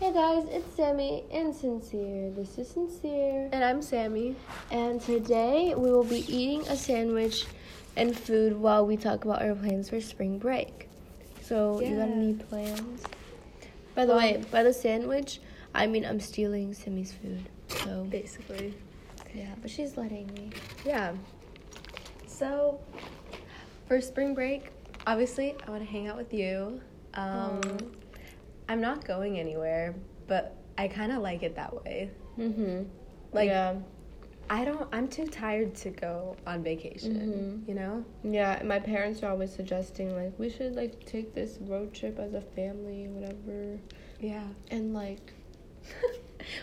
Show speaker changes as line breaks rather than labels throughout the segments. Hey guys, it's Sammy and Sincere. This is Sincere.
And I'm Sammy.
And today we will be eating a sandwich and food while we talk about our plans for spring break. So, you got
Yeah.
any plans? By the way, by the sandwich, I mean I'm stealing Sammy's food. So,
Basically.
yeah, but she's letting me.
Yeah. So, for spring break, obviously, I want to hang out with you. Um,
Aw.
I'm not going anywhere, but I kind of like it that way.
Mm hmm.
Like,
yeah.
I don't, I'm too tired to go on vacation,
Mm-hmm.
you know?
Yeah, my parents are always suggesting like we should like take this road trip as a family, whatever,
Yeah.
and like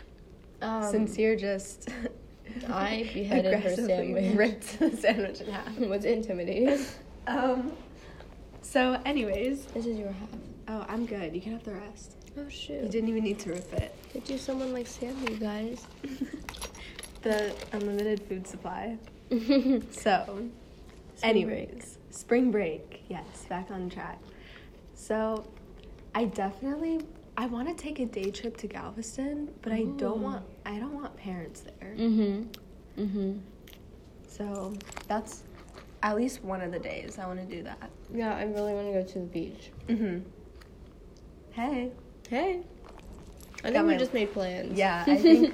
um,
Sincere just.
I beheaded her
aggressively
sandwich.
Ripped the sandwich in half.
was intimidated.
Um, so, anyways.
this is your half.
Oh, I'm good. You can have the rest.
Oh
You
shoot!
didn't even need to rip it.
Could you someone like Sammy, guys?
the unlimited food supply. So, anyways, spring break. Yes, back on track. So, I definitely I want to take a day trip to Galveston, but I don't want I don't want parents there.
Mhm. Mhm.
So, that's at least one of the days I want to do that.
Yeah, I really want to go to the beach.
Mhm. Hey.
Hey. I
Got
think we
my-
just made plans.
Yeah, I think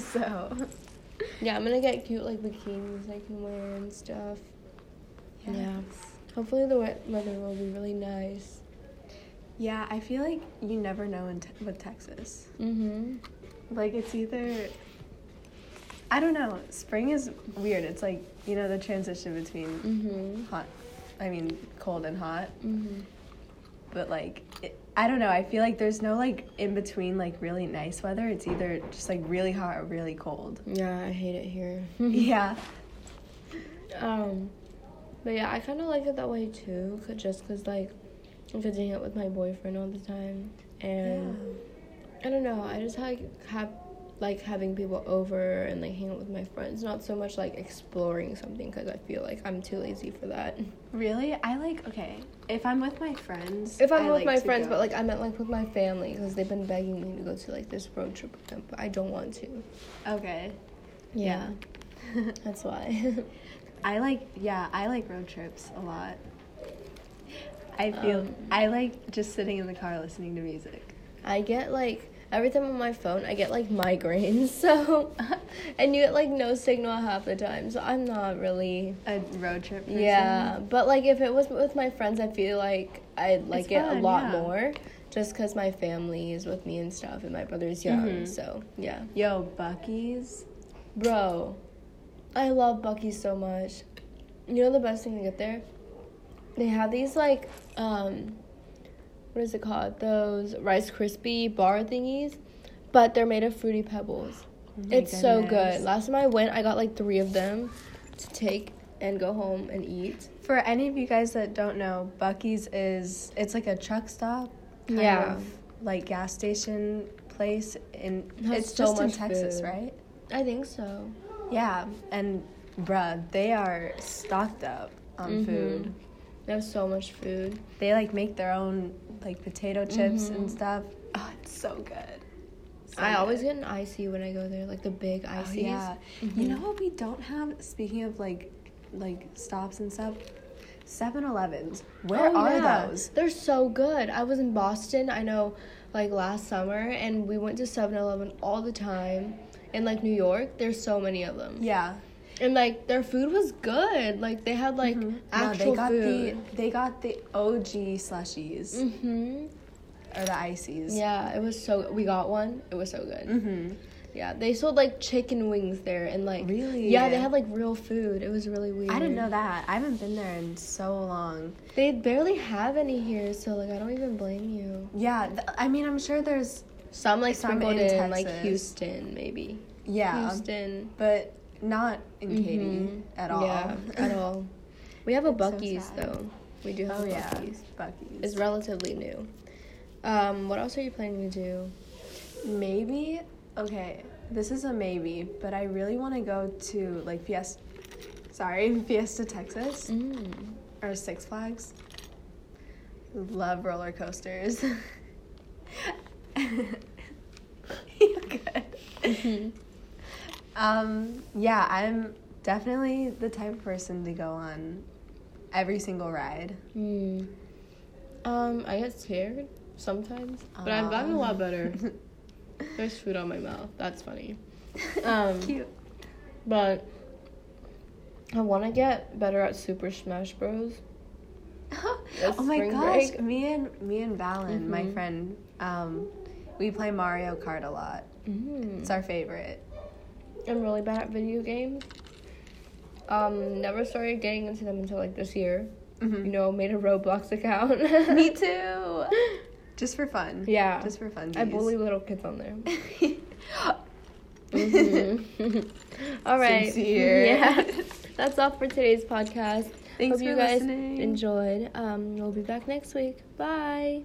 so.
yeah, I'm gonna get cute like bikinis I can wear and stuff. Yeah.
Yes.
Hopefully the wet weather will be really nice.
Yeah, I feel like you never know in te- with Texas.
Mhm.
Like it's either I don't know. Spring is weird. It's like, you know, the transition between
Mhm.
hot I mean, cold and hot,
Mhm.
but like it, I don't know. I feel like there's no like in between like really nice weather. It's either just like really hot or really cold.
Yeah, I hate it here.
Yeah.
um, but yeah, I kind of like it that way too, 'cause- just because like I could hang out with my boyfriend all the time, and I don't know, I just like have like having people over and like hang out with my friends, not so much like exploring something because I feel like I'm too lazy for that.
Really? I like okay. If I'm with my friends,
If I'm
I
with
like
my
to
friends,
go.
but like I meant like with my family because they've been begging me to go to like this road trip with them, but I don't want to.
okay.
Yeah, that's why.
I like yeah, I like road trips a lot. I feel
Um,
I like just sitting in the car listening to music.
I get like every time on my phone, I get like migraines. So, and you get like no signal half the time. So I'm not really.
A road trip person.
Yeah, but like if it was with my friends, I feel like I like
It's
it a
fun,
lot
yeah.
more, just because my family is with me and stuff, and my brother's young.
Mhm.
So yeah,
Yo, Bucky's.
bro, I love Bucky so much. You know the best thing to get there? They have these like um what is it called? Those Rice Krispie bar thingies, but they're made of fruity pebbles.
Oh
it's so good. Last time I went, I got like 3 of them to take and go home and eat.
For any of you guys that don't know, Bucky's is it's like a truck stop. Kind
Yeah.
Of, like gas station place in
It has
it's
so
just in
much
Texas,
food.
right?
I think so.
Yeah. And bruh, they are stocked up on
Mhm.
food.
They have so much food.
They like make their own like potato chips and
Mhm.
stuff. Oh, it's so good. So
I always
good.
get an icy when I go there, like the big
Oh,
ices.
yeah. You
Mm-hmm.
know what we don't have? Speaking of like, like stops and stuff. 7-Elevens. Where
Oh,
are
yeah.
those?
They're so good. I was in Boston, I know, like last summer, and we went to 7 Eleven all the time. In like New York, there's so many of them.
Yeah.
And like their food was good. Like they had like actual
no, Mm-hmm. they got
food.
the they got the OG slushies Mm-hmm.
hmm
or the ices.
Yeah, it was so we got one. It was so good.
Mm-hmm.
Yeah, they sold like chicken wings there and like
Really?
Yeah, they had like real food. It was really weird.
I didn't know that. I haven't been there in so long.
They barely have any here, so like I don't even blame you.
Yeah, th- I mean, I'm sure there's
Some like
Some
sprinkled
in
in, like
Texas.
Houston maybe.
yeah,
Houston.
but not in Katy
Mhm.
at all.
Yeah, at all. We have a
That's so
Bucky's
sad.
though. We do have
oh
a
yeah,
Bucky's.
Bucky's.
It's relatively new. Um, what else are you planning to do?
Maybe okay. This is a maybe, but I really want to go to like Fiesta. Sorry, Fiesta Texas
Mm.
or Six Flags. Love roller coasters.
Mm-hmm.
Um, yeah, I'm definitely the type of person to go on every single ride.
Hmm. Um, I get scared sometimes, but I've
Ah.
gotten a lot better. There's food on my mouth. That's funny. Um,
Cute.
But I want to get better at Super Smash Bros.
oh my
spring
gosh,
break.
me and me and Valen, my
Mhm.
friend, um, we play Mario Kart a lot. It's our favorite.
I'm really bad at video games. Um, never started getting into them until like this year. You know, made a Roblox account.
Me too. Just for fun.
Yeah.
Just for fun.
I bully little kids on there. Mm-hmm. all right.
Sincere.
Yeah. That's all for today's podcast.
Thanks
Hope you
for
guys
listening.
enjoyed. Um, we'll be back next week. Bye.